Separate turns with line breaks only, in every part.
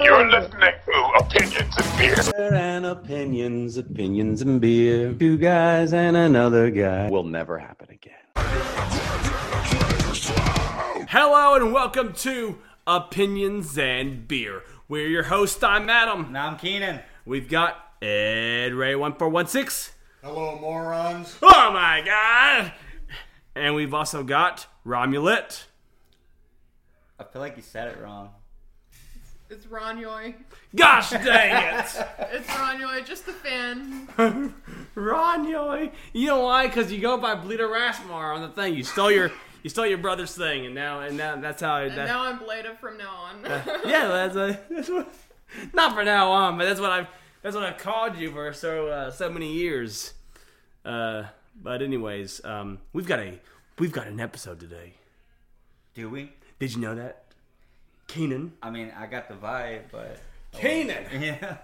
You're listening to Opinions and Beer.
And opinions, opinions and beer. Two guys and another guy. Will never happen again.
Hello and welcome to Opinions and Beer. We're your host. I'm Adam.
Now I'm Keenan.
We've got Ed Ray one four one six.
Hello, morons.
Oh my god! And we've also got Romulet.
I feel like you said it wrong.
It's Ronyoy.
Gosh dang it,
It's Ronyoy, just the fan.
Romulet! You know why? Because you go by Bleeder Rasmar on the thing. You stole your you stole your brother's thing, and now and now that's how.
And
that-
now I'm Blada from now on.
Uh,
yeah, that's, a, that's what. Not for now on, but that's what I've that's what I've called you for so uh, so many years. Uh, but anyways, um, we've got a we've got an episode today.
Do we?
Did you know that? Keenan.
I mean, I got the vibe, but
Keenan.
yeah.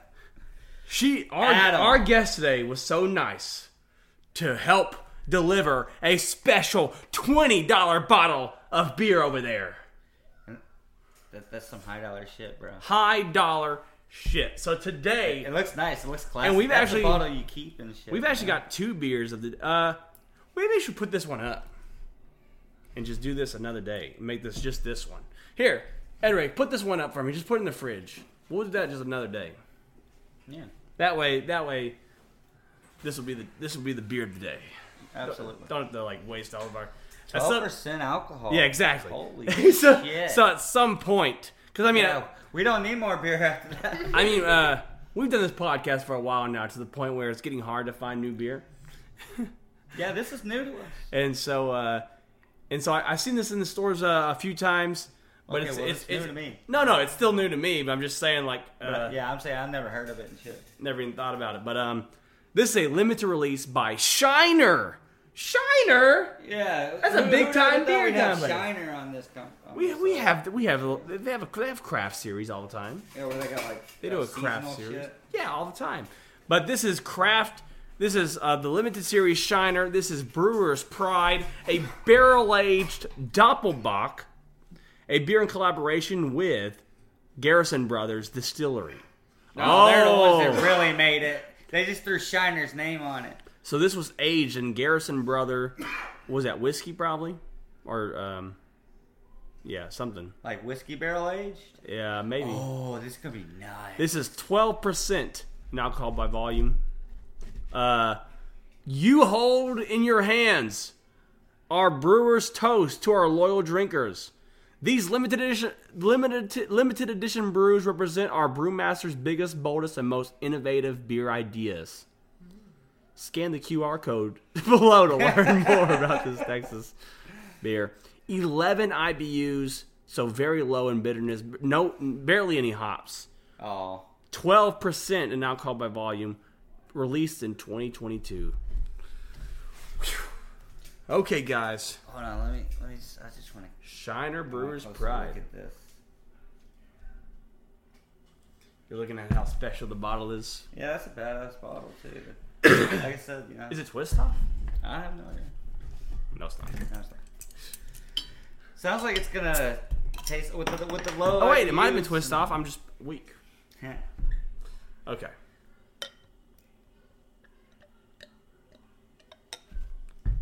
She our
Adam.
our guest today was so nice to help deliver a special twenty dollar bottle of beer over there.
That, that's some high dollar shit, bro.
High dollar shit. So today
It looks nice. It looks classy.
And we've
That's
actually-
the bottle you keep and shit.
We've actually
man.
got two beers of the. Uh, maybe I should put this one up, and just do this another day. Make this just this one. Here, Ed Ray, put this one up for me. Just put it in the fridge. We'll do that just another day.
yeah,
That way, that way, this will be the this will be the beer of the day.
absolutely.
Don't have to like waste all of our. at
Twelve
some-
percent alcohol.
yeah, exactly.
Holy
so,
shit.
so at some point, because I mean,
yeah, we don't need more beer after that.
I mean, uh, we've done this podcast for a while now to the point where it's getting hard to find new beer.
yeah, this is new to us.
and so uh, and so I, I've seen this in the stores uh, a few times, but
Okay,
it's,
well,
it's,
it's new
it's-
to me.
No, no, it's still new to me. But I'm just saying, like, uh,
But, yeah, I'm saying I've never heard of it and shit.
never even thought about it. But um, this is a limited release by Shiner. Shiner.
Yeah,
That's a
who-
big
who
time
would've thought
beer
we'd have
company.
Shiner on this. Com- on
We
this,
we
uh,
have we have they have a, they have craft series all the time.
Yeah, where they got like
They
uh,
do a craft
seasonal
series.
shit.
Yeah, all the time. But this is craft. This is uh, the limited series Shiner. This is Brewer's Pride, a barrel aged Doppelbock, a beer in collaboration with Garrison Brothers Distillery.
No, they're the ones
Oh.
that really made it. They just threw Shiner's name on it.
So this was aged in Garrison Brother. what Was that whiskey probably, or um, yeah, something.
Like whiskey barrel aged.
Yeah, maybe.
Oh, this is gonna be nice.
This is 12% in alcohol by volume. Uh, you hold in your hands our brewer's toast to our loyal drinkers. These limited edition, limited, limited edition brews represent our brewmaster's biggest, boldest, and most innovative beer ideas. Scan the QR code below to learn more about this Texas beer. 11 IBUs, so very low in bitterness, no, barely any hops.
oh,
12% in alcohol by volume, released in 2022. Okay, guys.
hold on. Let me. Let me. Just, I just want to.
Shiner Brewers
Look
Pride.
at this.
You're looking at how special the bottle is.
Yeah, that's a badass bottle too. like I said, you know,
Is it twist off? Oh,
I have no idea.
No, it's not.
No, it's not. Sounds like it's gonna taste with the with the low. Oh,
Oh wait, it might have been
IBUs.
twist off. I'm just weak.
Yeah.
Okay.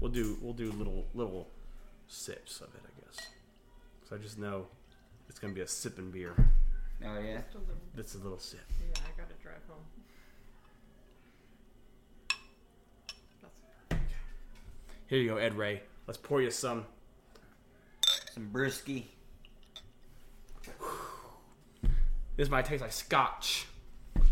We'll do we'll do little little sips of it, I guess. Cause I just know it's gonna be a sipping beer.
Oh yeah.
Just a little-
That's a little sip.
yeah, I gotta drive home. That's-
Here you go, Ed Ray. Let's pour you some.
Some brisky.
This might taste like scotch.
Here's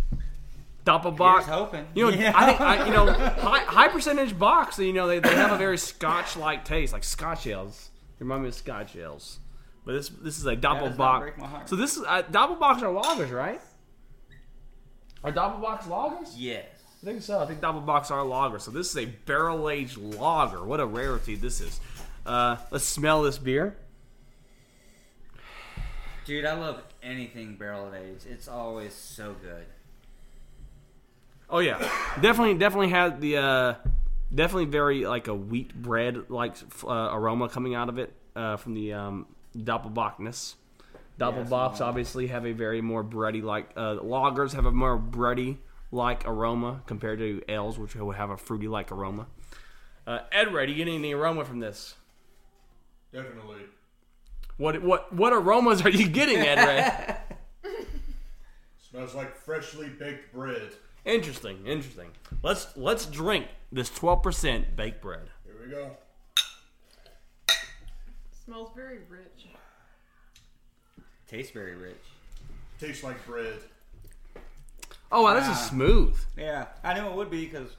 Doppelbock.
hoping.
You know,
Yeah.
I think I, you know high, high percentage box. You know, they, they have a very scotch-like taste, like Scotch ales. They remind me of Scotch ales. But this this is a
does not break my
Doppelbock.
heart.
So this is uh, Doppelbocks are loggers, right? Are Doppelbocks loggers?
Yes.
I think so. I think Doppelbocks are loggers. So this is a barrel-aged lager. What a rarity this is. Uh, let's smell this beer.
Dude, I love anything barrel aged. It's always so good.
Oh yeah, definitely, definitely had the uh, definitely very like a wheat bread like f- uh, aroma coming out of it uh, from the um, doppelbockness. Doppelbops obviously have a very more bready like uh, lagers have a more bready like aroma compared to ales, which will have a fruity like aroma. Uh, Ed, Ray, do you getting any aroma from this?
Definitely.
What what what aromas are you getting, Ed Ray?
Smells like freshly baked bread.
interesting, interesting. Let's let's drink this twelve percent baked bread.
Here we go.
Smells very rich.
Tastes very rich.
Tastes like bread.
Oh wow, this is
Wow.
smooth.
Yeah, I knew it would be because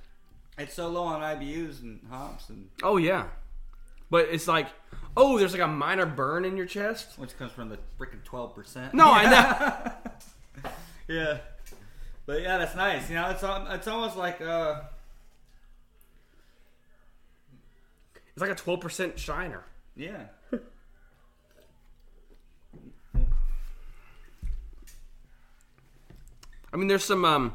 it's so low on IBUs and hops, and
Oh yeah, but it's like oh, there's like a minor burn in your chest.
which comes from the freaking twelve percent.
No, I know.
Yeah, but yeah, that's nice. You know, it's al- it's almost like uh,
It's like a twelve percent shiner.
yeah.
I mean, there's some um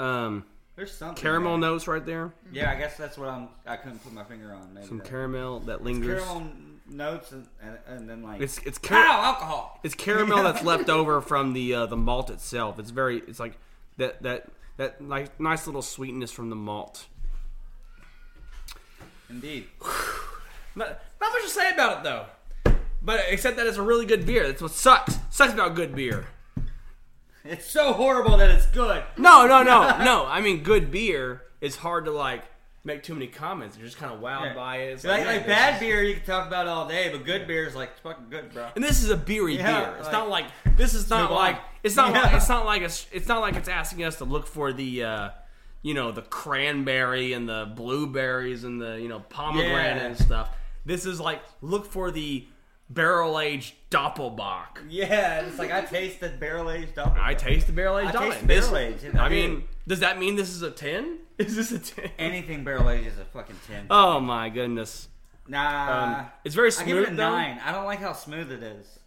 um
There's something
caramel
there.
notes right there.
Yeah, I guess that's what I'm. I couldn't put my finger on. Maybe
Some
that-
caramel that lingers.
caramel n- notes and, and, and then like
It's it's car-
Ow, alcohol.
It's caramel that's left over from the uh, the malt itself. It's very it's like that that that like nice little sweetness from the malt.
Indeed.
Not, not much to say about it though, but except that it's a really good beer. That's what sucks. Sucks about good beer.
It's so horrible that it's good.
No, no, no, no. I mean, good beer is hard to like make too many comments. You're just kind of wowed by it. It's
like,
yeah,
like
this
bad
is-
beer you can talk about all day, but good beer is like fucking good, bro.
And this is a beery
Yeah,
beer. It's
like-
not like this is not
move on.
like it's not
Yeah.
like it's not like it's it's not like it's asking us to look for the uh, you know the cranberry and the blueberries and the you know pomegranate
Yeah.
and stuff. This is like look for the barrel aged doppelbock.
Yeah, it's like I tasted barrel aged double.
I taste the barrel aged.
I taste barrel aged.
I mean, does that mean this is a ten? Is this a ten?
anything barrel aged is a fucking ten.
oh my goodness.
nah,
Um, it's very
Uh, I
smooth.
give it a
though.
nine. I don't like how smooth it is.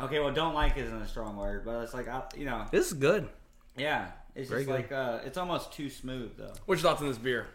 Okay, well, don't like isn't a strong word, but it's like I, you know,
This is good.
yeah, it's
Very
just
good.
like uh, it's almost too smooth though.
What's your thoughts on this beer?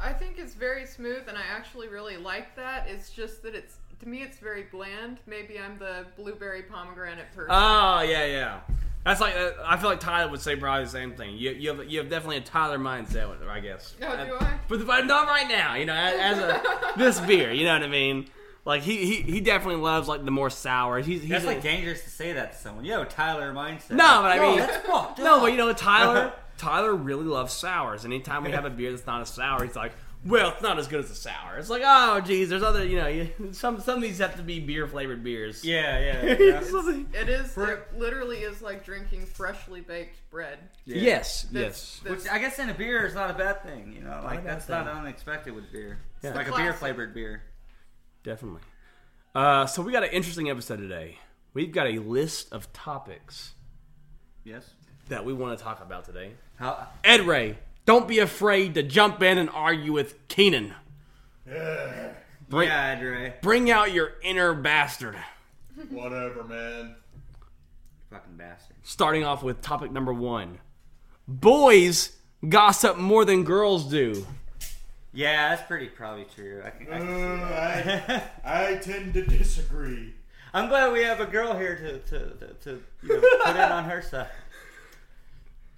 I think it's very smooth, and I actually really like that. It's just that it's to me, it's very bland. Maybe I'm the blueberry pomegranate person.
Uh,
Oh yeah, yeah. That's like uh, I feel like Tyler would say probably the same thing. You you have you have definitely a Tyler mindset, with it, I guess.
Oh,
Uh,
do I?
But, but not right now, you know. As, as a this beer, you know what I mean. Like he he, he definitely loves like the more sour. He's he's
That's
a-
like dangerous to say that to someone. Yo, Tyler mindset.
no, but I
Yo,
mean
that's fucked
no,
up.
but you know Tyler Tyler really loves sours. And anytime we have a beer that's not a sour, he's like, well, it's not as good as a sour. It's like oh geez, there's other you know you, some some of these have to be beer flavored beers.
Yeah, yeah. yeah.
Something-
It is.
For-
It literally is like drinking freshly baked bread.
Yes, yes.
That's- that's-
Which I guess in a beer is not a bad thing, you know. Like
a bad
that's not unexpected with beer. It's like a
Classic.
beer flavored beer.
Definitely. Uh, so we got an interesting episode today. We've got a list of topics
Yes.
that we want to talk about today.
How?
Ed Ray, don't be afraid to jump in and argue with Keenan.
Yeah.
Bring,
Yeah, Andre.
bring out your inner bastard.
Whatever, man.
Fucking bastard.
Starting off with topic number one boys gossip more than girls do.
Yeah, that's pretty probably true. I can, I
Uh,
can see
I,
that.
I tend to disagree.
I'm glad we have a girl here to to, to, to you know, put in on her side.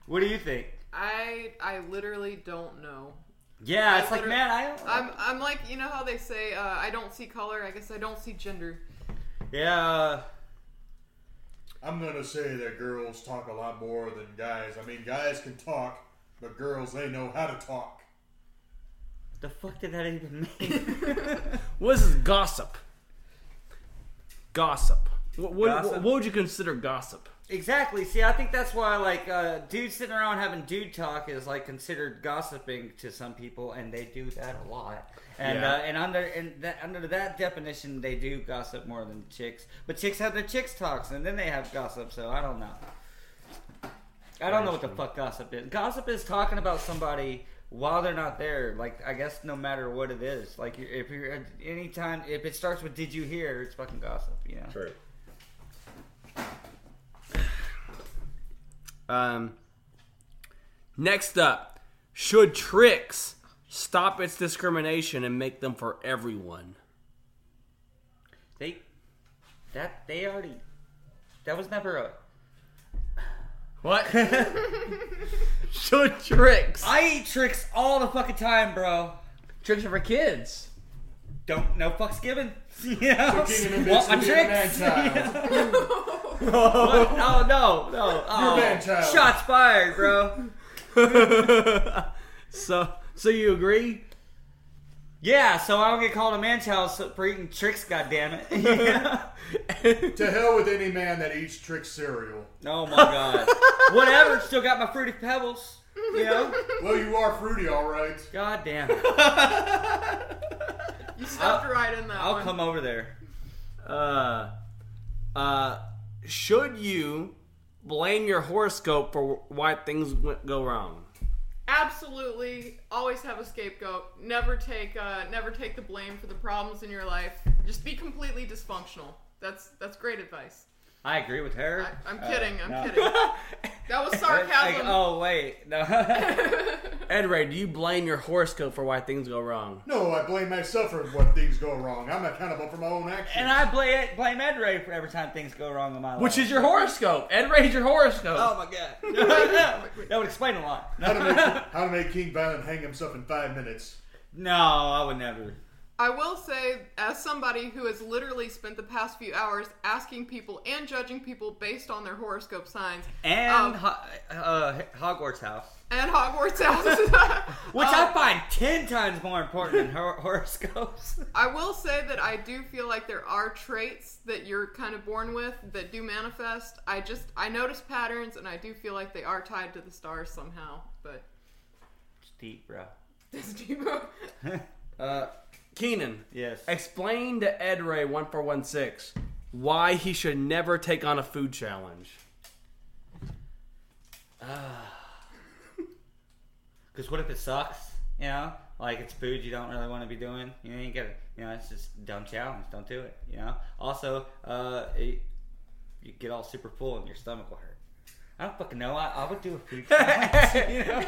What do you think?
I I literally don't know.
Yeah,
I
it's like
literally-
man, I don't.
I'm I'm like you know how they say uh, I don't see color. I guess I don't see gender.
yeah. uh,
I'm gonna say that girls talk a lot more than guys. I mean, guys can talk, but girls they know how to talk.
The fuck did that even mean?
What is this gossip? Gossip. What, what,
Gossip?
what would you consider gossip?
Exactly. See, I think that's why like uh, dudes sitting around having dude talk is like considered gossiping to some people, and they do that a lot. And
Yeah.
uh, and under and that, under that definition, they do gossip more than chicks. But chicks have their chicks talks, and then they have gossip. So I don't know. I don't know what the fuck gossip is. Gossip is talking about somebody while they're not there. Like I guess no matter what it is. Like you- if you're anytime if it starts with "Did you hear?" It's fucking gossip. You know.
True. Um, next up, should Trix stop its discrimination and make them for everyone?
That they already. That was never a.
What? so tricks.
I eat tricks all the fucking time, bro.
Tricks are for kids.
Don't no fucks given. You know,
King of the
want
bitch
my
and being a man
tricks.
child.
No, no, no. Oh,
man child.
Shots fired, bro.
so, so you agree?
Yeah, so I don't get called a man child so- for eating tricks. Goddamn it.
To hell with any man that eats trick cereal.
Oh my god. Whatever. Still got my fruity pebbles. You know.
Well, you are fruity, all right.
God damn it.
You stepped right in that
Uh, I'll
one.
come over there.
Uh, uh, should you blame your horoscope for why things went, go wrong?
Absolutely, always have a scapegoat. Never take uh, never take the blame for the problems in your life. Just be completely dysfunctional. That's that's great advice.
I agree with her.
I, I'm kidding. I'm
Uh, no.
kidding. That was
Like,
sarcasm.
oh wait, no.
Ed Ray, do you blame your horoscope for why things go wrong?
No, I blame myself for when things go wrong. I'm accountable for my own actions.
and I blame blame Ed Ray for every time things go wrong in my life.
Which is your horoscope? Ed Ray's your horoscope.
Oh my god. that would explain a lot. No,
how, to make, how to make King Violent hang himself in five minutes.
no I would never.
I will say, as somebody who has literally spent the past few hours asking people and judging people based on their horoscope signs
And
um,
Ho- uh, Hogwarts House,
and Hogwarts houses,
which
um,
I find ten times more important than hor- horoscopes.
I will say that I do feel like there are traits that you're kind of born with that do manifest. I just I notice patterns and I do feel like they are tied to the stars somehow. But
It's deep, bro.
this demo,
Uh,
Keenan,
yes.
explain to Ed Ray 1416 why he should never take on a food challenge.
Because what if it sucks? You know, like it's food you don't really want to be doing. You know, you gotta, you know, it's just dumb challenge. Don't do it. You know. Also, uh, it, you get all super full and your stomach will hurt. I don't fucking know. I, I would do a food challenge. you know?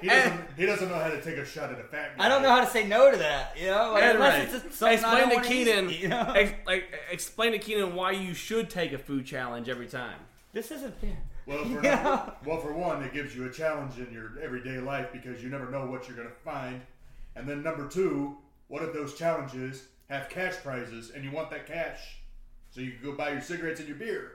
He doesn't, he doesn't know how to take a shot at a fat guy.
I don't know how to say no to that. You know, like,
Ed Ray,
unless it's something I
explain
don't
to
wanna
Keenan,
eat, you know?
ex- like, explain to Keenan why you should take a food challenge every time.
This isn't fair.
Well, for,
Yeah.
well, for one, it gives you a challenge in your everyday life because you never know what you're going to find. And then number two, what if those challenges have cash prizes and you want that cash so you can go buy your cigarettes and your beer?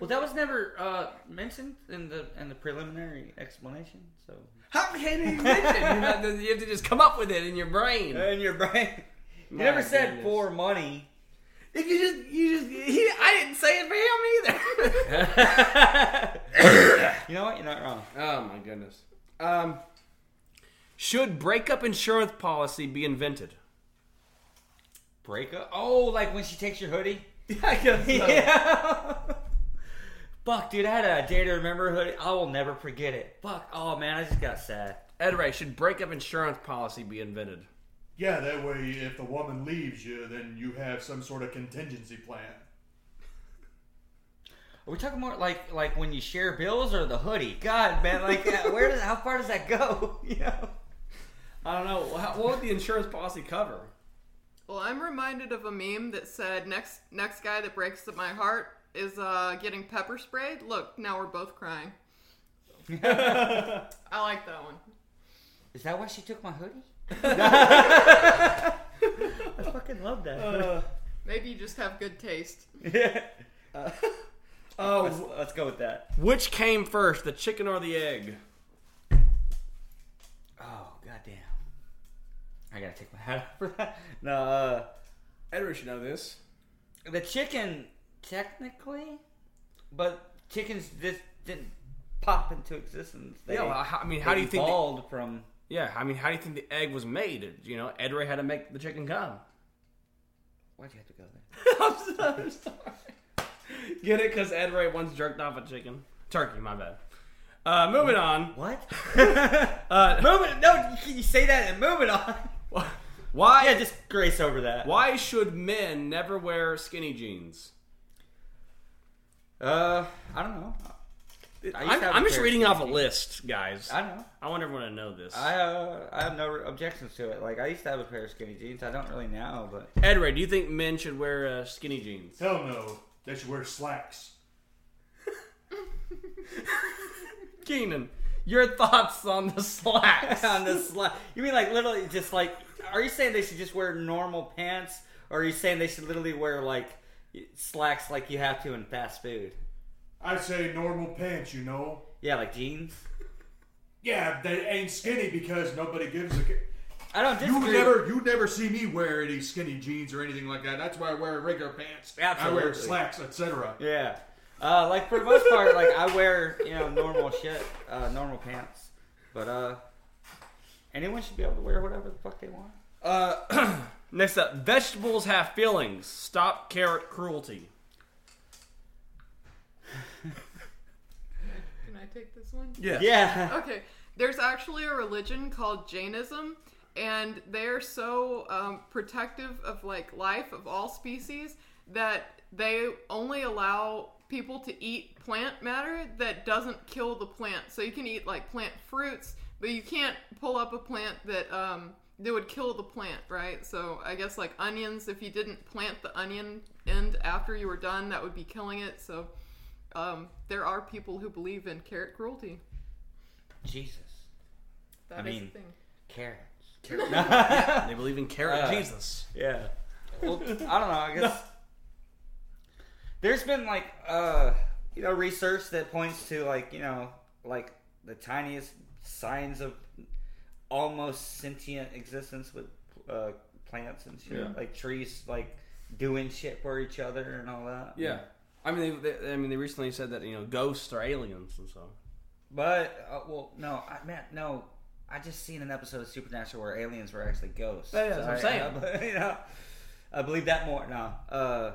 Well, that was never uh, mentioned in the in the preliminary explanation. So
How can you mention? You have to just come up with it in your brain.
in your brain, you
My
never said
goodness.
for money.
If you just, you just, he, I didn't say it for him either.
You know what? You're not wrong.
oh my goodness. Um, should breakup insurance policy be invented?
Break up. Oh, like when she takes your hoodie.
I guess
Yeah. Fuck, dude, I had a day to remember hoodie. I will never forget it. Fuck. Oh man, I just got sad.
Ed Ray, should breakup insurance policy be invented?
Yeah, that way if the woman leaves you, then you have some sort of contingency plan.
Are we talking more like like when you share bills or the hoodie? God, man, like uh, where does how far does that go? You know.
I don't know. Wha- What would the insurance policy cover?
well, I'm reminded of a meme that said, "Next next guy that breaks up my heart is uh, getting pepper sprayed." Look, now we're both crying. I like that one.
Is that why she took my hoodie? I fucking love that.
Maybe you just have good taste.
Uh,
oh, let's, let's go with that.
Which came first, the chicken or the egg?
Oh goddamn! I gotta take my hat off for that. No, uh,
Ed Ray should know this.
the chicken technically, but chickens just didn't pop into existence. They,
Yeah, well, how- I mean, how do you think? The,
evolved from?
yeah, I mean, how do you think the egg was made? It- You know, Ed Ray had to make the chicken come.
Why'd you have to go there?
I'm so- I'm sorry. Get it? Because Ed Ray once jerked off a chicken. Turkey, my bad. Uh, moving on.
What?
Uh,
moving? No, you, you say that and moving on.
why?
Yeah, just grace over that.
why should men never wear skinny jeans?
Uh, I don't know. I used to
I'm,
have
I'm
a
just
pair of
reading
skinny
off a
jeans.
list, guys.
I
I,
don't know.
want everyone to know this.
I uh, I have no objections to it. Like I used to have a pair of skinny jeans. I don't really now, but
Ed Ray, do you think men should wear uh, skinny jeans?
Hell no. They should wear slacks.
Keenan, your thoughts on the slacks?
on the slide. You mean like literally just like? Are you saying they should just wear normal pants, or are you saying they should literally wear like slacks like you have to in fast food?
I say normal pants, you know.
Yeah, like jeans.
Yeah, they ain't skinny because nobody gives a. ca-
I don't
You
disagree.
never, you never see me wear any skinny jeans or anything like that. That's why I wear regular pants. I wear
Absolutely.
slacks, etc.
Yeah. Uh, like for the most part, like I wear you know normal shit, uh, normal pants. But uh, anyone should be able to wear whatever the fuck they want.
Uh, next up, vegetables have feelings. Stop carrot cruelty.
Can I take this one?
Yes.
Yeah.
Okay, there's actually a religion called Jainism, and they're so um, protective of like life of all species that they only allow people to eat plant matter that doesn't kill the plant. So you can eat like plant fruits, but you can't pull up a plant that um, that would kill the plant, right? So I guess like onions, if you didn't plant the onion end after you were done, that would be killing it. So. Um, there are people who believe in carrot cruelty.
Jesus.
That is
I
a
mean-
thing.
Carrots.
They believe in carrot
Uh,
Jesus.
Yeah. Well, I don't know. I guess there's been like uh, you know research that points to like you know like the tiniest signs of almost sentient existence with uh, plants and shit,
Yeah.
like trees, like doing shit for each other and all that.
Yeah. I mean, they, they, I mean, they recently said that you know ghosts are aliens and so.
But uh, well, no, I meant no. I just seen an episode of Supernatural where aliens were actually ghosts.
Yeah, yeah, that's what I'm
I, I, you know, I believe that more. No, uh,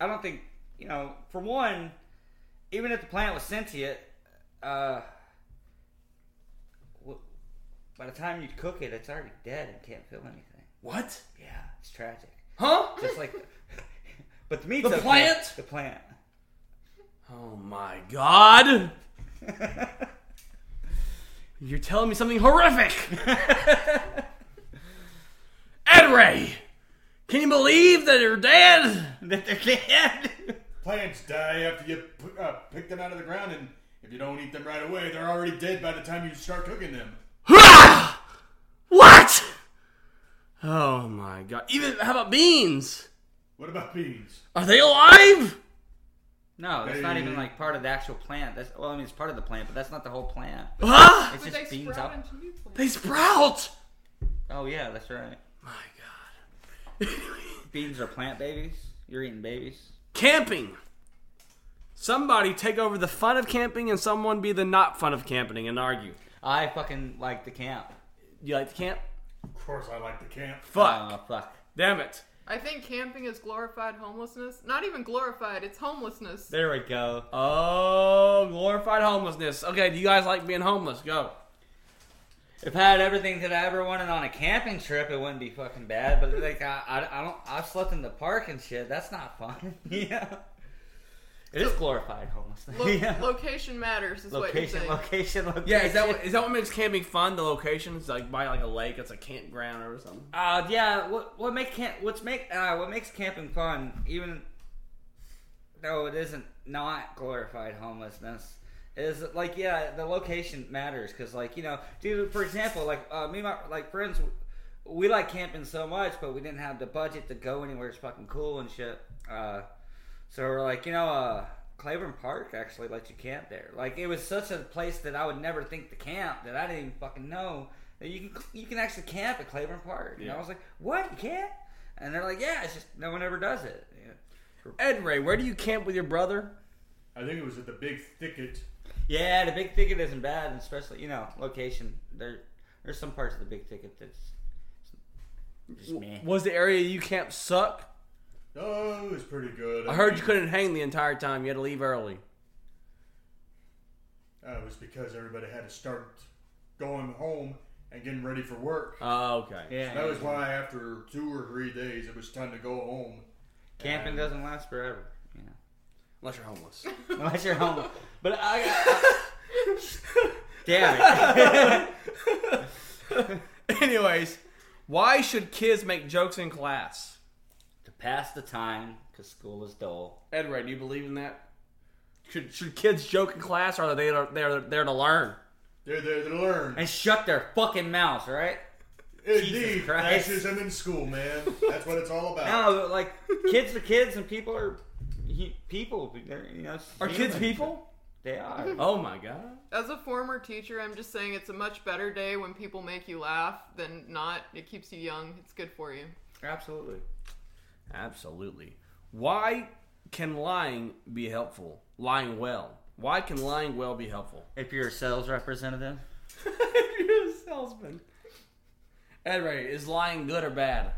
I don't think you know. For one, even if the planet was sentient, uh, w- by the time you cook it, it's already dead and can't feel anything.
What?
Yeah, it's tragic.
Huh?
Just like, but the meat's
The
okay.
plant?
The plant.
Oh my God! You're telling me something horrific. Ed Ray, can you believe that they're dead?
that they're dead.
Plants die after you p- uh, pick them out of the ground, and if you don't eat them right away, they're already dead by the time you start cooking them.
Hurrah! What? Oh my god. Even how about beans?
What about beans?
Are they alive?
No, that's not even
They-
like part of the actual plant. That's well, I mean, it's part of the plant, but that's not the whole plant.
Huh?
It's
But
just
they
beans
sprout
up.
into new plants.
They sprout.
Oh yeah, that's right.
My god.
Beans are plant babies. You're eating babies.
camping. Somebody take over the fun of camping and someone be the not fun of camping and argue.
I fucking like the camp.
You like to camp?
Of course, I like the camp.
Fuck.
Oh, fuck.
Damn it.
I think camping is glorified homelessness. Not even glorified, it's homelessness.
There we go.
Oh, glorified homelessness. Okay, do you guys like being homeless? Go.
If I had everything that I ever wanted on a camping trip, it wouldn't be fucking bad. But like, I, I, I don't. I've slept in the park and shit. That's not fun. yeah. It is glorified homelessness.
Lo-
yeah.
Location matters is
location,
what you're saying.
location, location.
Yeah, is that what, is that what makes camping fun? The locations, like by like a lake, it's a campground or something.
Uh, yeah. What what make camp? What's make uh, what makes camping fun? Even though it isn't not glorified homelessness, is like yeah, the location matters because like you know, dude. For example, like uh, me and my like friends, we like camping so much, but we didn't have the budget to go anywhere. It's fucking cool and shit. Uh, so we're like, you know, uh, Claiborne Park actually let you camp there. Like it was such a place that I would never think to camp that I didn't even fucking know that you can you can actually camp at Claiborne Park. And I
Yeah.
was like, what? You can't? And they're like, yeah, it's just no one ever does it.
Ed Ray, where do you camp with your brother?
I think it was at the big thicket.
Yeah, yeah the big ticket isn't bad, and especially you know location. There there's some parts of the big ticket that's just meh.
Was the area you camped suck?
Oh, it was pretty good.
I heard you
mean,
couldn't hang the entire time. You had to leave early.
Uh, it was because everybody had to start going home and getting ready for work.
Oh, okay.
Yeah,
That was why after two or three days, it was time to go home.
camping doesn't last forever. You know.
Unless you're homeless.
Unless you're home. But I. I damn it.
Anyways, why should kids make jokes in class?
to Pass the time because school is dull.
Ed Ray, do you believe in that? Should, should kids joke in class, or are they there- they're there to learn?
They're there to learn.
And shut their fucking mouths, right? Jesus
Indeed,
Christ.
fascism in school, man. That's what it's all about.
No, but, like kids are kids, and people are he, people. They're, you know, it's
Are kids
human.
people?
They are.
Oh my god!
As a former teacher, I'm just saying it's a much better day when people make you laugh than not. It keeps you young. It's good for you.
Absolutely.
Absolutely. Why can lying be helpful? Lying well. Why can lying well be helpful?
If you're a sales representative,
You're a salesman. Ed Ray, is lying good or bad?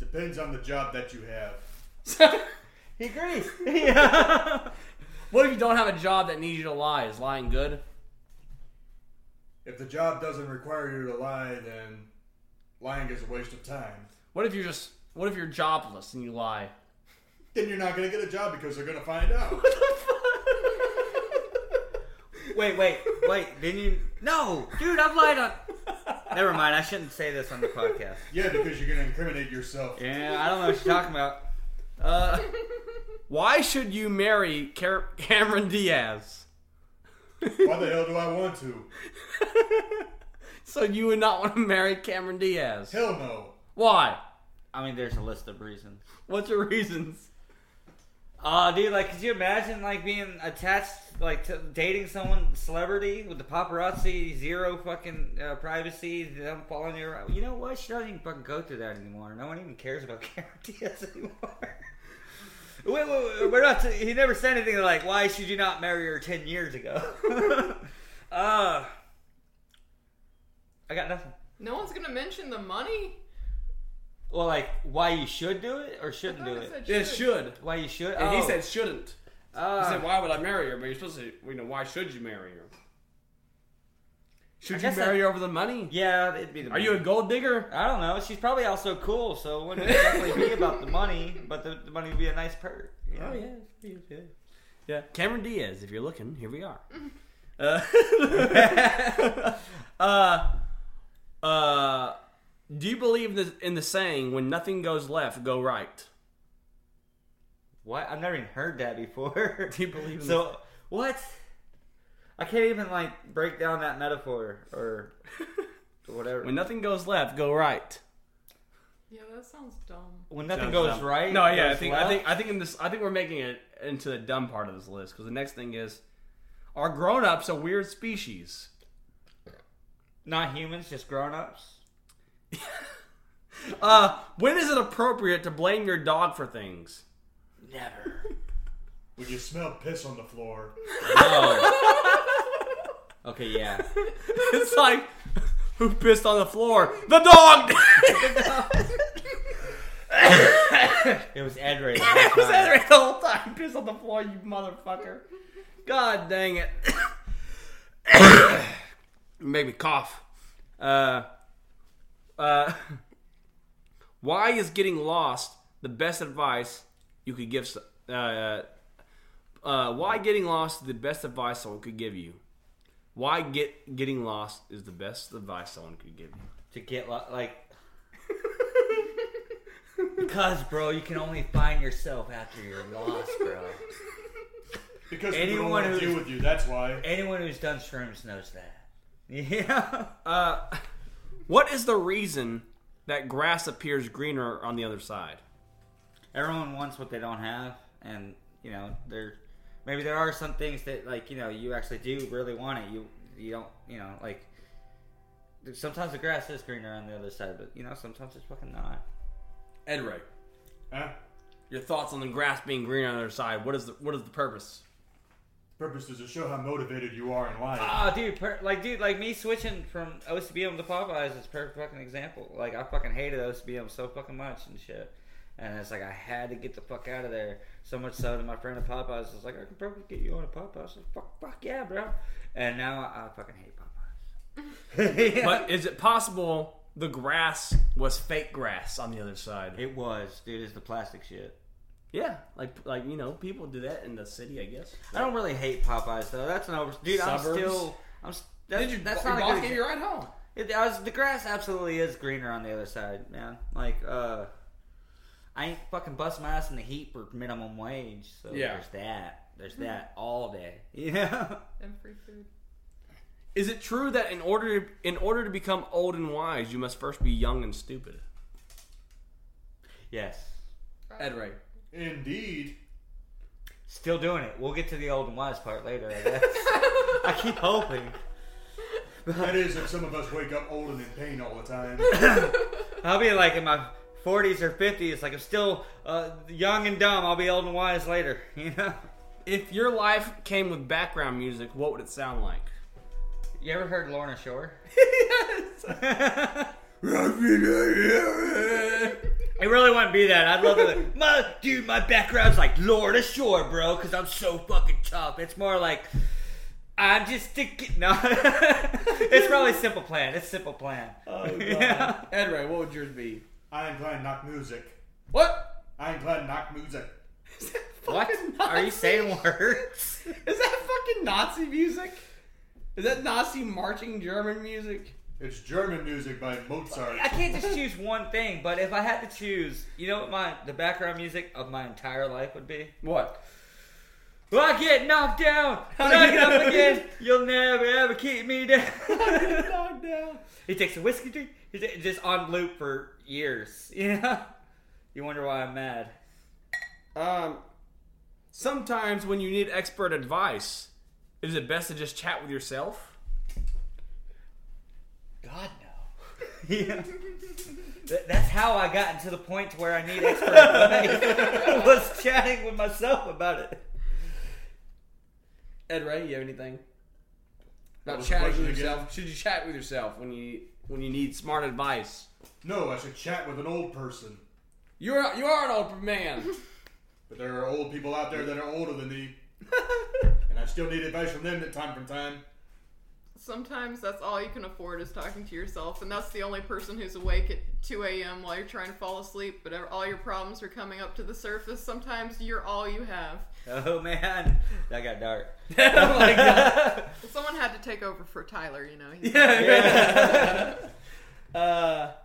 Depends on the job that you have.
he agrees.
What if you don't have a job that needs you to lie? Is lying good?
If the job doesn't require you to lie, then lying is a waste of time.
What if you're just what if you're jobless and you lie?
Then you're not going to get a job because they're going to find out.
wait, wait, wait. Didn't you? No, dude, I'm lying on. Never mind. I shouldn't say this on the podcast.
yeah, because you're going to incriminate yourself.
Yeah, I don't know what you're talking about.
Uh, why should you marry Car- Cameron Diaz?
Why the hell do I want to?
So you would not want to marry Cameron Diaz.
Hell no.
Why?
I mean, there's a list of reasons.
What's your reasons?
Oh, dude, like, could you imagine, like, being attached, like, to dating someone, celebrity, with the paparazzi, zero fucking uh, privacy, them following you around? You know what? She doesn't even fucking go through that anymore. No one even cares about Cameron Diaz anymore. wait, wait, wait, we're not, he never said anything like, why should you not marry her 10 years ago? uh, I got nothing.
No one's gonna mention the money.
Well, like, why you should do it or
I
shouldn't
thought
do
it
it?
said
It
should.
should.
Why you should?
And he
Oh,
said shouldn't.
uh,
I said, why would I marry her? But you're supposed to, you know, why should you marry her? Should you
guess
marry
I-
her over the money?
yeah, it'd be the
Are you a gold digger?
I don't know. She's probably also cool, so it wouldn't exactly be about the money, but the, the money would be a nice perk. you know?
yeah. Yeah, Cameron Diaz, if you're looking, here we are. Uh, uh, uh, do you believe in the, in the saying, when nothing goes left, go right?
What? I've never even heard that before.
Do you believe in
So what? I can't even like break down that metaphor or whatever.
When
When,
nothing goes left, go right.
Yeah, that sounds dumb.
nothing goes right.
No, yeah, I
goes
think I
left?
think I think in this I think we're making it into the dumb part of this list because the next thing is, are grown-ups a weird species?
not humans, just grown-ups.
Uh, when is it appropriate to blame your dog for things?
Never.
Would you smell piss on the floor?
No. okay, yeah.
It's like, who pissed on the floor? The dog.
It was Ed Ray.
it was Henry the whole time. Pissed on the floor, you motherfucker. God dang it. Made me cough. Uh, uh, why is getting lost the best advice you could give? s- Uh, uh, why getting lost is the best advice someone could give you? Why get getting lost is the best advice someone could give you?
to get lo- like because bro you can only find yourself after you're lost bro
Because
Anyone
people don't want
who's-
to deal with you, that's why.
anyone who's done shrooms knows that yeah
Uh, what is the reason that grass appears greener on the other side?
everyone wants what they don't have and you know there maybe there are some things that like you know you actually do really want it you you don't you know like sometimes the grass is greener on the other side but you know sometimes it's fucking not
Ed Ray,
Huh?
your thoughts on the grass being greener on the other side? What is the what is the purpose?
Purpose is to show how motivated you are in life.
Oh, dude, per- like, dude, like me switching from OCBM to Popeyes is a perfect fucking example. Like, I fucking hated OCBM so fucking much and shit. And it's like I had to get the fuck out of there. So much so that my friend at Popeyes was like, "I can probably get you on a Popeyes." I was like, fuck, fuck yeah, bro. And now I fucking hate Popeyes.
But is it possible the grass was fake grass on the other side?
it was, dude, it's the plastic shit.
Yeah, like like you know, people do that in the city, I guess.
I don't really hate Popeyes though. That's an over, dude. I'm
Suburbs?
still, I'm. s- That, that's not a good exa-
ride home?
It, I was, the grass absolutely is greener on the other side, man. Like, uh, I ain't fucking bust my ass in the heat for minimum wage. So
Yeah.
there's that. There's that all day. Yeah.
and free food.
Is it true that in order in order to become old and wise, you must first be young and stupid?
yes.
Ed Ray.
Indeed.
Still doing it. We'll get to the old and wise part later. I guess. I keep hoping.
That is if some of us wake up old and in pain all the time.
I'll be like in my 40s or 50s. Like I'm still uh, young and dumb. I'll be old and wise later. You know.
If your life came with background music, what would it sound like?
You ever heard Lorna Shore? It really wouldn't be that. I'd love to. My dude, my background's like Lord Ashore, bro, because I'm so fucking tough. It's more like I'm just a kid. No, it's probably simple plan. It's simple plan.
Oh, God.
Yeah.
Ed Ray, what would yours be?
I am playing knock music.
What?
I am playing knock music.
Is that
What
fucking
are you
Nazi?
saying? Words?
Is that fucking Nazi music? Is that Nazi marching German music?
It's German music by Mozart.
I can't just choose one thing, but if I had to choose, you know what my the background music of my entire life would be?
What?
Well, I get knocked down, but I get up again. You'll never ever keep me down. He takes a whiskey drink. He's just on loop for years. Yeah. You wonder why I'm mad.
Um, sometimes when you need expert advice, is it best to just chat with yourself?
God no. yeah. Th- That's how I got into the point to where I need expert advice. was chatting with myself about it.
Ed Ray, you have anything?
What
About
was the
chatting
question
with
again?
yourself. Should you chat with yourself when you when you need smart advice?
No, I should chat with an old person.
You're you are an old man.
But there are old people out there that are older than me. and I still need advice from them at time from time.
Sometimes that's all you can afford is talking to yourself, and that's the only person who's awake at 2 a.m. while you're trying to fall asleep, but ev- all your problems are coming up to the surface. Sometimes you're all you have.
Oh man, that got dark.
oh my god.
Someone had to take over for Tyler, you know. He's-
Uh,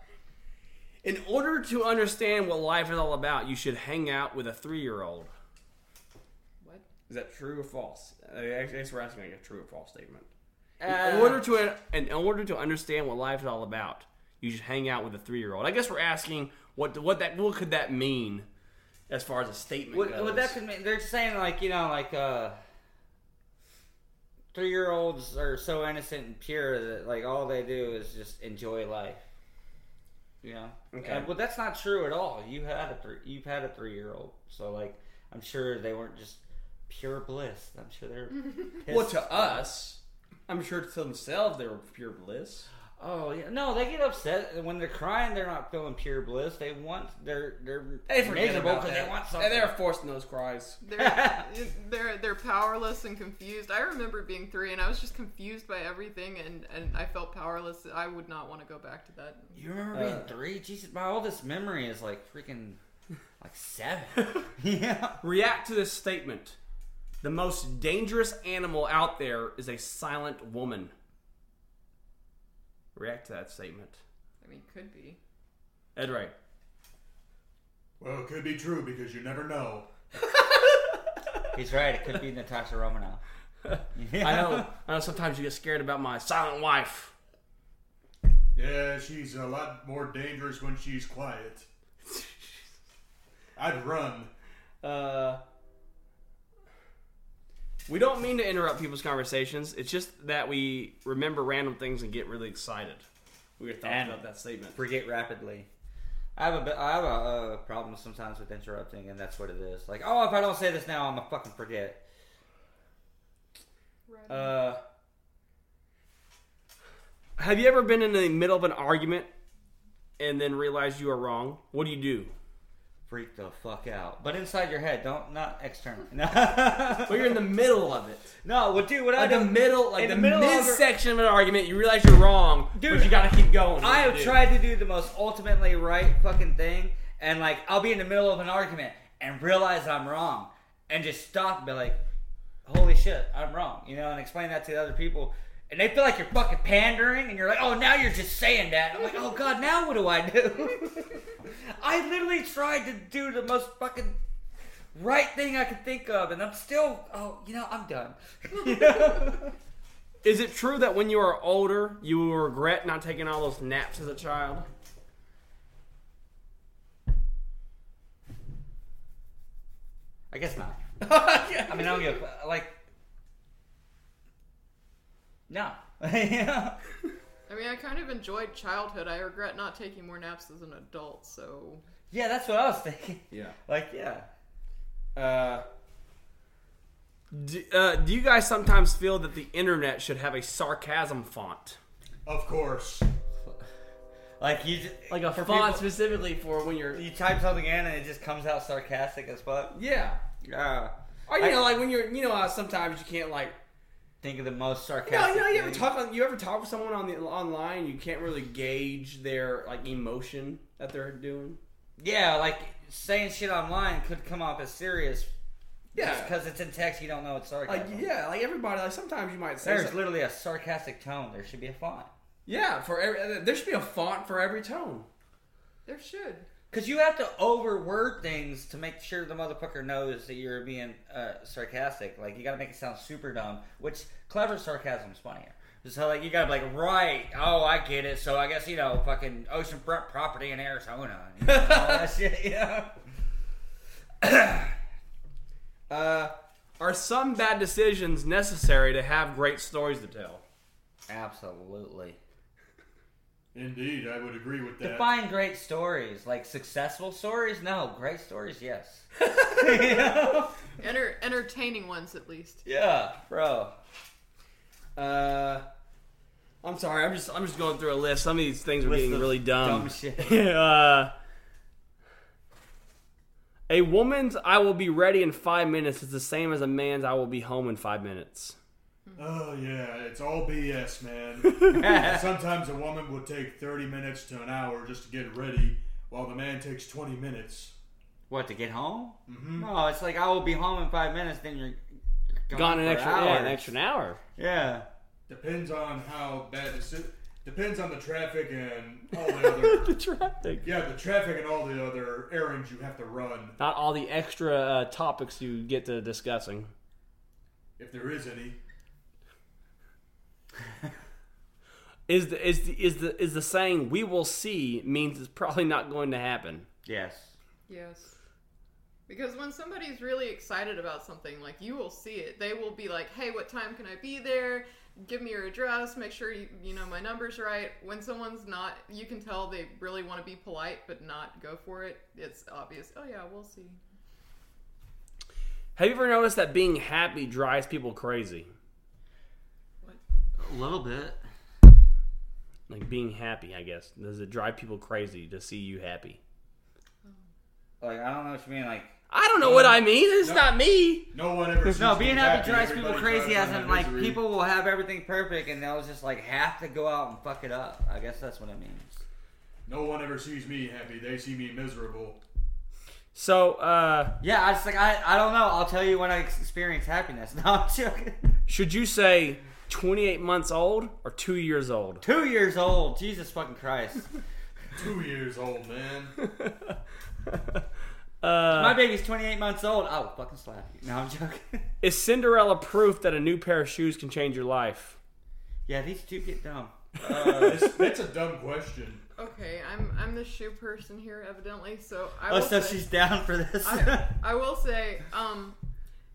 In order to understand what life is all about, you should hang out with a three year old.
What?
Is that true or false? Uh, actually, we're asking like a true or false statement.
uh,
in order to in order to understand what life is all about, you should hang out with a three year old. I guess we're asking what what that what could that mean as far as a statement
What,
goes.
what that could mean, they're saying like you know like uh, three year olds are so innocent and pure that like all they do is just enjoy life. You know,
Okay.
And, well, that's not true at all. You had a three, you've had a three year old, so like I'm sure they weren't just pure bliss. I'm sure they're
Mm-hmm. well,
pissed.
to us, I'm sure to themselves they were pure bliss.
Oh yeah, no, they get upset when they're crying. They're not feeling pure bliss. They want they're they're miserable because they want something.
they're forced in those cries.
They're, they're they're powerless and confused. I remember being three, and I was just confused by everything, and, and I felt powerless. I would not want to go back to that.
You remember being
Uh,
three? Jesus, my oldest memory is like freaking like seven. yeah.
React to this statement. The most dangerous animal out there is a silent woman. React to that statement.
I mean, could be.
Ed Ray.
Well, it could be true because you never know.
He's right. It could be Natasha Romanoff.
I know. I know. Sometimes you get scared about my silent wife.
Yeah, she's a lot more dangerous when she's quiet. I'd run.
Uh, we don't mean to interrupt people's conversations. It's just that we remember random things and get really excited. We were thoughts
And-
about that statement.
Forget rapidly. I have a bit- I have a uh, problem sometimes with interrupting, and that's what it is. Like, oh, if I don't say this now, I'm gonna fucking forget.
Right.
Uh,
Have you ever been in the middle of an argument and then realized you are wrong? What do you do?
freak the fuck out. But inside your head, don't not external. No,
Well, you're in the middle of it.
no. Well, dude, what I
Like the
do?
middle, like
in
the,
the middle of a-
midsection of an argument, you realize you're wrong,
Dude,
but you gotta keep going. What
I
do
have
you do?
tried to do the most ultimately right fucking thing, and like I'll be in the middle of an argument and realize I'm wrong, and just stop and be like, "Holy shit, I'm wrong," you know, and explain that to the other people. and they feel like you're fucking pandering, and you're like, oh, now you're just saying that. I'm like, oh god, now what do I do? I literally tried to do the most fucking right thing I could think of, and I'm still, oh, you know, I'm done.
Is it true that when you are older, you will regret not taking all those naps as a child?
I guess not. I mean, I don't give a fu- like. No. yeah.
I mean, I kind of enjoyed childhood. I regret not taking more naps as an adult, so.
yeah, that's what I was thinking.
Yeah.
Like, yeah. Uh,
Do, uh, do you guys sometimes feel that the internet should have a sarcasm font?
Of course.
like you, just,
Like a
for
font
people-
specifically for when you're.
you type something in and it just comes out sarcastic as fuck.
Yeah.
Yeah.
Or, you
I-
know, like when you're. You know how sometimes you can't, like.
Think of the most
No,
sarcastic.
you know, you ever
thing.
talk on, you ever talk with someone on the online, you can't really gauge their like emotion that they're doing.
Yeah, like saying shit online could come off as serious. Just because it's in text, you don't know it's
like
sarcasm.
yeah, like everybody. Like sometimes you might say,
There's
something-
literally a sarcastic tone. There should be a font.
yeah, for every uh, there should be a font for every tone.
There should.
Because you have to overword things to make sure the motherfucker knows that you're being uh, sarcastic. Like, you gotta make it sound super dumb, which clever sarcasm's funnier. So, like, you gotta be like, right, oh, I get it. So, I guess, you know, fucking oceanfront property in Arizona. You know, all that shit, yeah.
Uh, are some bad decisions necessary to have great stories to tell?
Absolutely.
Indeed, I would agree with that.
Define great stories. Like, successful stories? No. Great stories? Yes.
Enter- entertaining ones, at least.
Yeah, bro.
Uh, I'm sorry, I'm just I'm just going through a list. Some of these things are
List
getting
of
really dumb.
dumb shit.
uh, a woman's "I will be ready in five minutes" is the same as a man's "I will be home in five minutes."
Oh yeah, it's all BS, man. Sometimes a woman will take thirty minutes to an hour just to get ready, while the man takes twenty minutes.
What, to get home? Mm-hmm. No, it's like, I will be home in five minutes, then you're. you're
Gone an
for
extra yeah, an
hours.
extra hour.
Yeah.
Depends on how bad the si- depends on the traffic and all the other
traffic.
yeah the traffic and all the other errands you have to run
Not all the extra uh, topics you get to discussing.
if there is any.
Is the is the is the is the saying "we will see" means it's probably not going to happen.
Yes.
Yes. Because when somebody's really excited about something, like you will see it. They will be like, "Hey, what time can I be there? Give me your address. Make sure you, you know my number's right." When someone's not, you can tell they really want to be polite but not go for it. It's obvious. Oh yeah, we'll see.
Have you ever noticed that being happy drives people crazy?
A little bit.
Like being happy, I guess. Does it drive people crazy to see you happy?
Like I don't know what you mean. Like
I don't know what I mean. It's not me.
No one ever. seems
no,
to be
being happy drives people
Everybody
crazy.
drives
As
them
in, like
misery.
people will have everything perfect, and they'll just like have to go out and fuck it up. I guess that's what it means.
No one ever sees me happy. They see me miserable.
So, uh,
Yeah, I just like I, I don't know. I'll tell you when I ex- experience happiness. No, I'm joking.
should you say 28 months old or two years old?
Two years old. Jesus fucking Christ.
Two years old, man.
My baby's 28 months old. I will fucking slap you. No, I'm joking.
Is Cinderella proof that a new pair of shoes can change your life?
yeah, these two get dumb.
Uh, It's- That's a dumb question.
Okay, I'm I'm the shoe person here, evidently. So I
Oh,
will
so
say-
she's down for this.
I, I will say, um,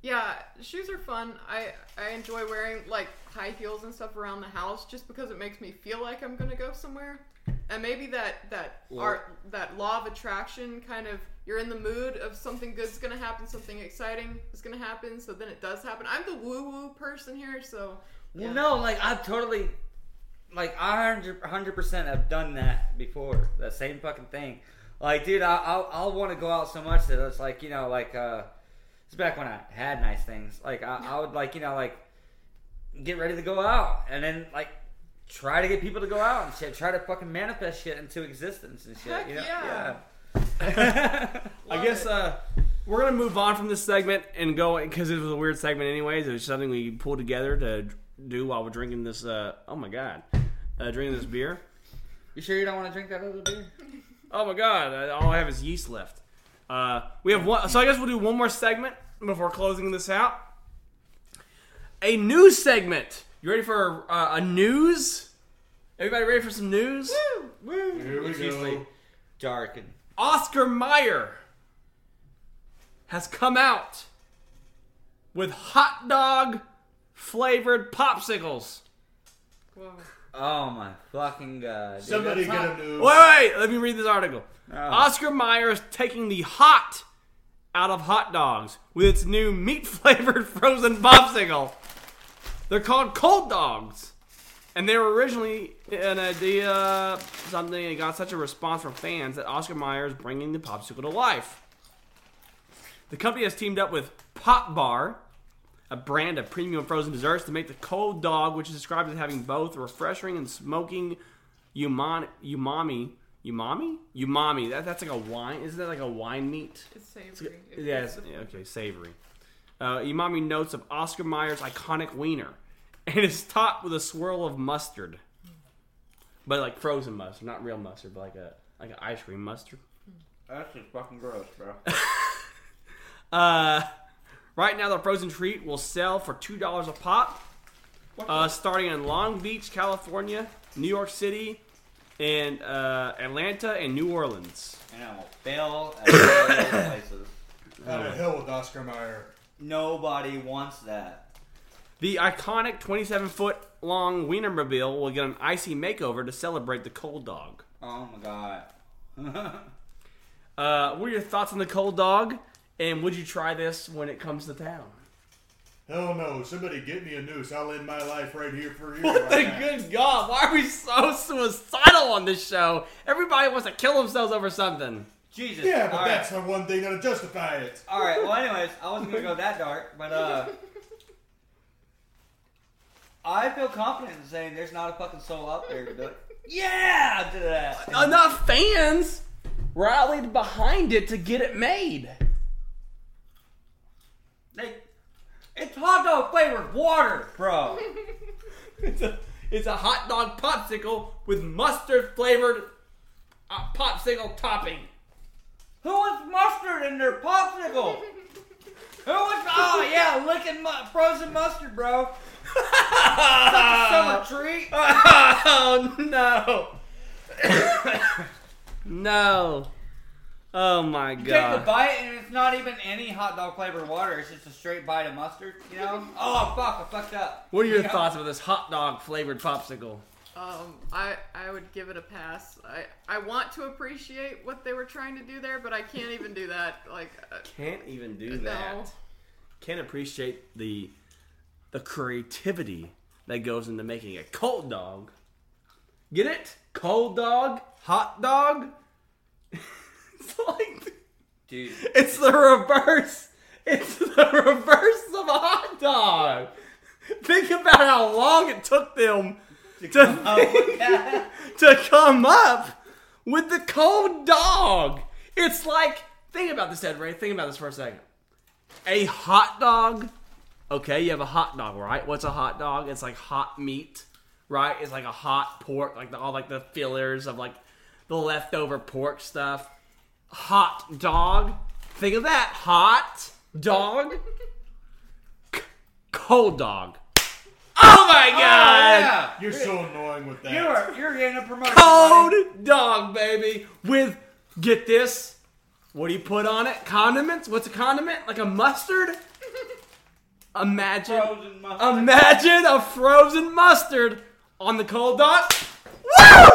yeah, shoes are fun. I I enjoy wearing like high heels and stuff around the house just because it makes me feel like I'm gonna go somewhere. And maybe that that art that law of attraction kind of you're in the mood of something good's gonna happen, something exciting is gonna happen, so then it does happen. I'm the woo woo person here, so
Well,
yeah.
no, like I've totally, like I hundred percent have done that before. That same fucking thing. Like, dude, I I'll, I'll want to go out so much that it's like you know, like uh, it's back when I had nice things. Like I, I would like you know like get ready to go out and then like try to get people to go out and shit. Try to fucking manifest shit into existence and shit.
Heck
you know?
yeah.
yeah.
I guess uh, we're gonna move on from this segment and go because it was a weird segment anyways. It was something we pulled together to do while we're drinking this. Uh, oh my god, uh, drinking this beer.
You sure you don't want to drink that other beer?
Oh my god, I- all I have is yeast left. Uh, we have one, so I guess we'll do one more segment before closing this out. A news segment. You ready for uh, a news? Everybody ready for some news?
Woo!
Here we
it's usually
go.
dark and
Oscar Mayer has come out with hot dog flavored popsicles.
Whoa.
oh my fucking god. dude,
Somebody
that's
get
not-
a new.
Wait, wait, let me read this article.
Oh.
Oscar Mayer is taking the hot out of hot dogs with its new meat flavored frozen popsicle. They're called cold dogs. And they were originally an idea, something that got such a response from fans that Oscar Mayer is bringing the popsicle to life. The company has teamed up with Pop Bar, a brand of premium frozen desserts, to make the cold dog, which is described as having both refreshing and smoking umami, umami, umami, umami. That, that's like a wine. Isn't that like a wine meat?
It's savory.
Yes. yeah, Okay. Savory. Uh, umami notes of Oscar Mayer's iconic wiener, and it's topped with a swirl of mustard, but like frozen mustard, not real mustard, but like a like an ice cream mustard.
That's just fucking gross, bro.
Uh, right now, the frozen treat will sell for two dollars a pop, uh, starting in Long Beach, California, New York City, and uh, Atlanta and New Orleans.
and I will fail at all those places.
Out of hell with Oscar Mayer.
Nobody wants that.
The iconic 27 foot long Wienermobile will get an icy makeover to celebrate the cold dog.
Oh my god.
Uh, what are your thoughts on the cold dog? And would you try this when it comes to town?
Hell no. Somebody get me a noose. I'll end my life right here for you.
What
right
the
now.
good God? Why are we so suicidal on this show? Everybody wants to kill themselves over something.
Jesus.
Yeah, but
all right.
that's the one thing that'll justify it.
All right. Well, anyways, I wasn't gonna go that dark, but uh, I feel confident in saying there's not a fucking soul out there to be like, yeah, I did that.
enough fans rallied behind it to get it made.
Like, it's hot dog flavored water, bro.
It's a, it's a hot dog popsicle with mustard flavored uh, popsicle topping.
Who wants mustard in their popsicle? Who wants? Oh yeah, licking mu- frozen mustard, bro. Summer treat.
Oh no! no! Oh my
Take a
god!
bite and it's not even any hot dog flavored water. It's just a straight bite of mustard. You know? Oh fuck! I fucked up.
What are your
Yeah.
thoughts about this hot dog flavored popsicle?
Um, I I would give it a pass. I I want to appreciate what they were trying to do there, but I can't even do that. Like, uh,
Can't even do
no.
Can't appreciate the the creativity that goes into making a cold dog. Get it? Cold dog, hot dog. it's like
Dude, Oh,
It's the reverse. It's the reverse of a hot dog. Think about how long it took them to
oh, look at that.
to come up with the cold dog. It's like think about this, Ed Ray. Think about this for a second. A hot dog. Okay, you have a hot dog, right? What's a hot dog? It's like hot meat, right? It's like a hot pork, like the, all like the fillers of like the leftover pork stuff. Hot dog. Think of that. Hot dog. C- cold dog. Oh my god!
yeah.
You're so annoying with that.
You are you're getting a promotion. buddy.
Cold dog, baby. With get this. What do you put on it? Condiments? What's a condiment? Like a mustard? Imagine
Frozen mustard.
Imagine a frozen mustard on the cold dog. Woo!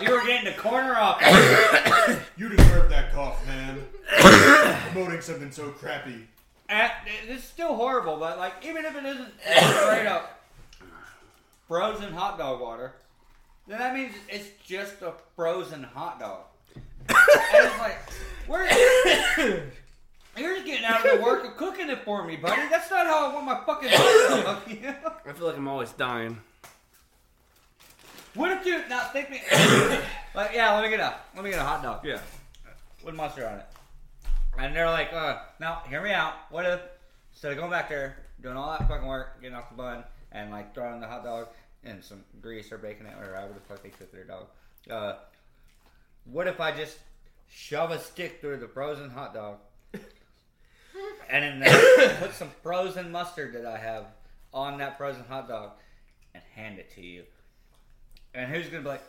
you were getting the corner office.
You deserve that cough, man. Promoting something so crappy.
Uh, this is still horrible, but like even if it isn't straight up frozen hot dog water, then that means it's just a frozen hot dog. and it's like, where? You're just getting out of the work of cooking it for me, buddy. That's not how I want my fucking hot dog. You know?
I feel like I'm always dying.
What if you now think me? like, yeah, let me get a let me get a hot dog.
Yeah.
with mustard on it. And they're like, uh, now hear me out. What if instead of going back there, doing all that fucking work, getting off the bun, and like throwing the hot dog and some grease or bacon or however the fuck they cook their dog. Uh, what if I just shove a stick through the frozen hot dog and then they put some frozen mustard that I have on that frozen hot dog and hand it to you? And who's gonna be like,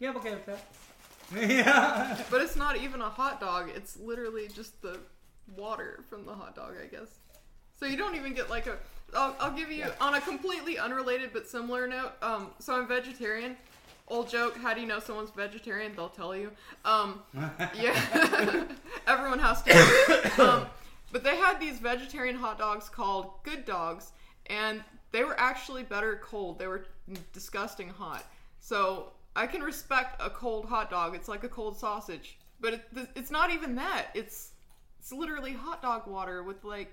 yeah, I'm okay with that. yeah.
But it's not even a hot dog. It's literally just the water from the hot dog, I guess. So you don't even get like a. I'll, I'll give you on a completely unrelated but similar note. Um, so I'm vegetarian. Old joke. How do you know someone's vegetarian? They'll tell you. Um, yeah, everyone has to. um, but they had these vegetarian hot dogs called Good Dogs, and they were actually better cold. They were disgusting hot. So I can respect a cold hot dog. It's like a cold sausage, but it, it's not even that. It's it's literally hot dog water with like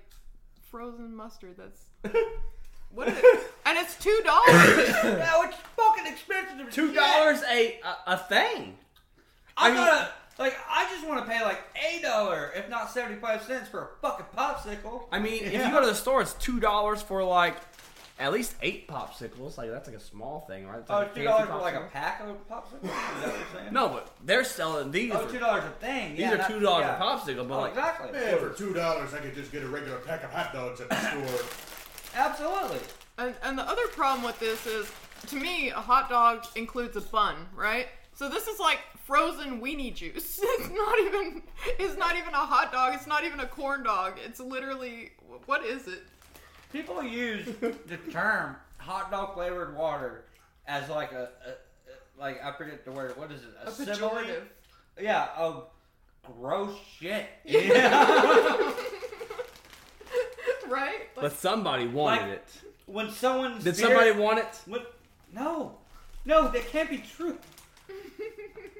frozen mustard. That's what is it? And it's two dollars.
Now it's fucking expensive. as
Two
shit.
dollars a, a a thing.
I'm
I mean-
gonna like. I just want to pay like a dollar, if not seventy five cents, for a fucking popsicle.
I mean, if you go to the store, it's two dollars for like at least eight popsicles. Like that's like a small thing, right? It's
Oh,
like
it's two
fancy
dollars for like a
popsicle.
pack of popsicles. Is that what you're saying?
No, but they're selling these.
Oh,
for-
two dollars a thing.
these
yeah,
are
not-
two dollars
yeah.
a popsicle, but
Oh,
like
exactly.
Man, for two dollars, I could just get a regular pack of hot dogs at the store.
Absolutely.
And, and the other problem with this is, to me, a hot dog includes a bun, right? So this is like frozen weenie juice. It's not even. It's not even a hot dog. It's not even a corn dog. It's literally. What is it?
People use the term hot dog flavored water as like a, a, a- like I forget the word. What is it?
A
simile?
pejorative.
Yeah. Oh, gross shit.
right? Like,
but somebody wanted
Like-
it.
when someone's
Did
beer-
somebody want it?
What? No, no, that can't be true.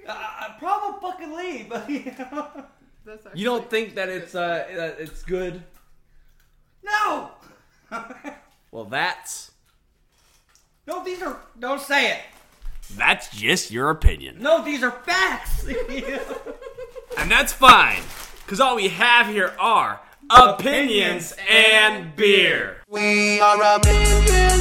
I, I probably fucking leave. But, you know?
that's
You
actually-
don't think that it's uh that it's good?
No.
Well, that's
no, these are. Don't say it.
that's just your opinion,
No, these are facts.
and that's fine, because all we have here are opinions and beer.
We are a million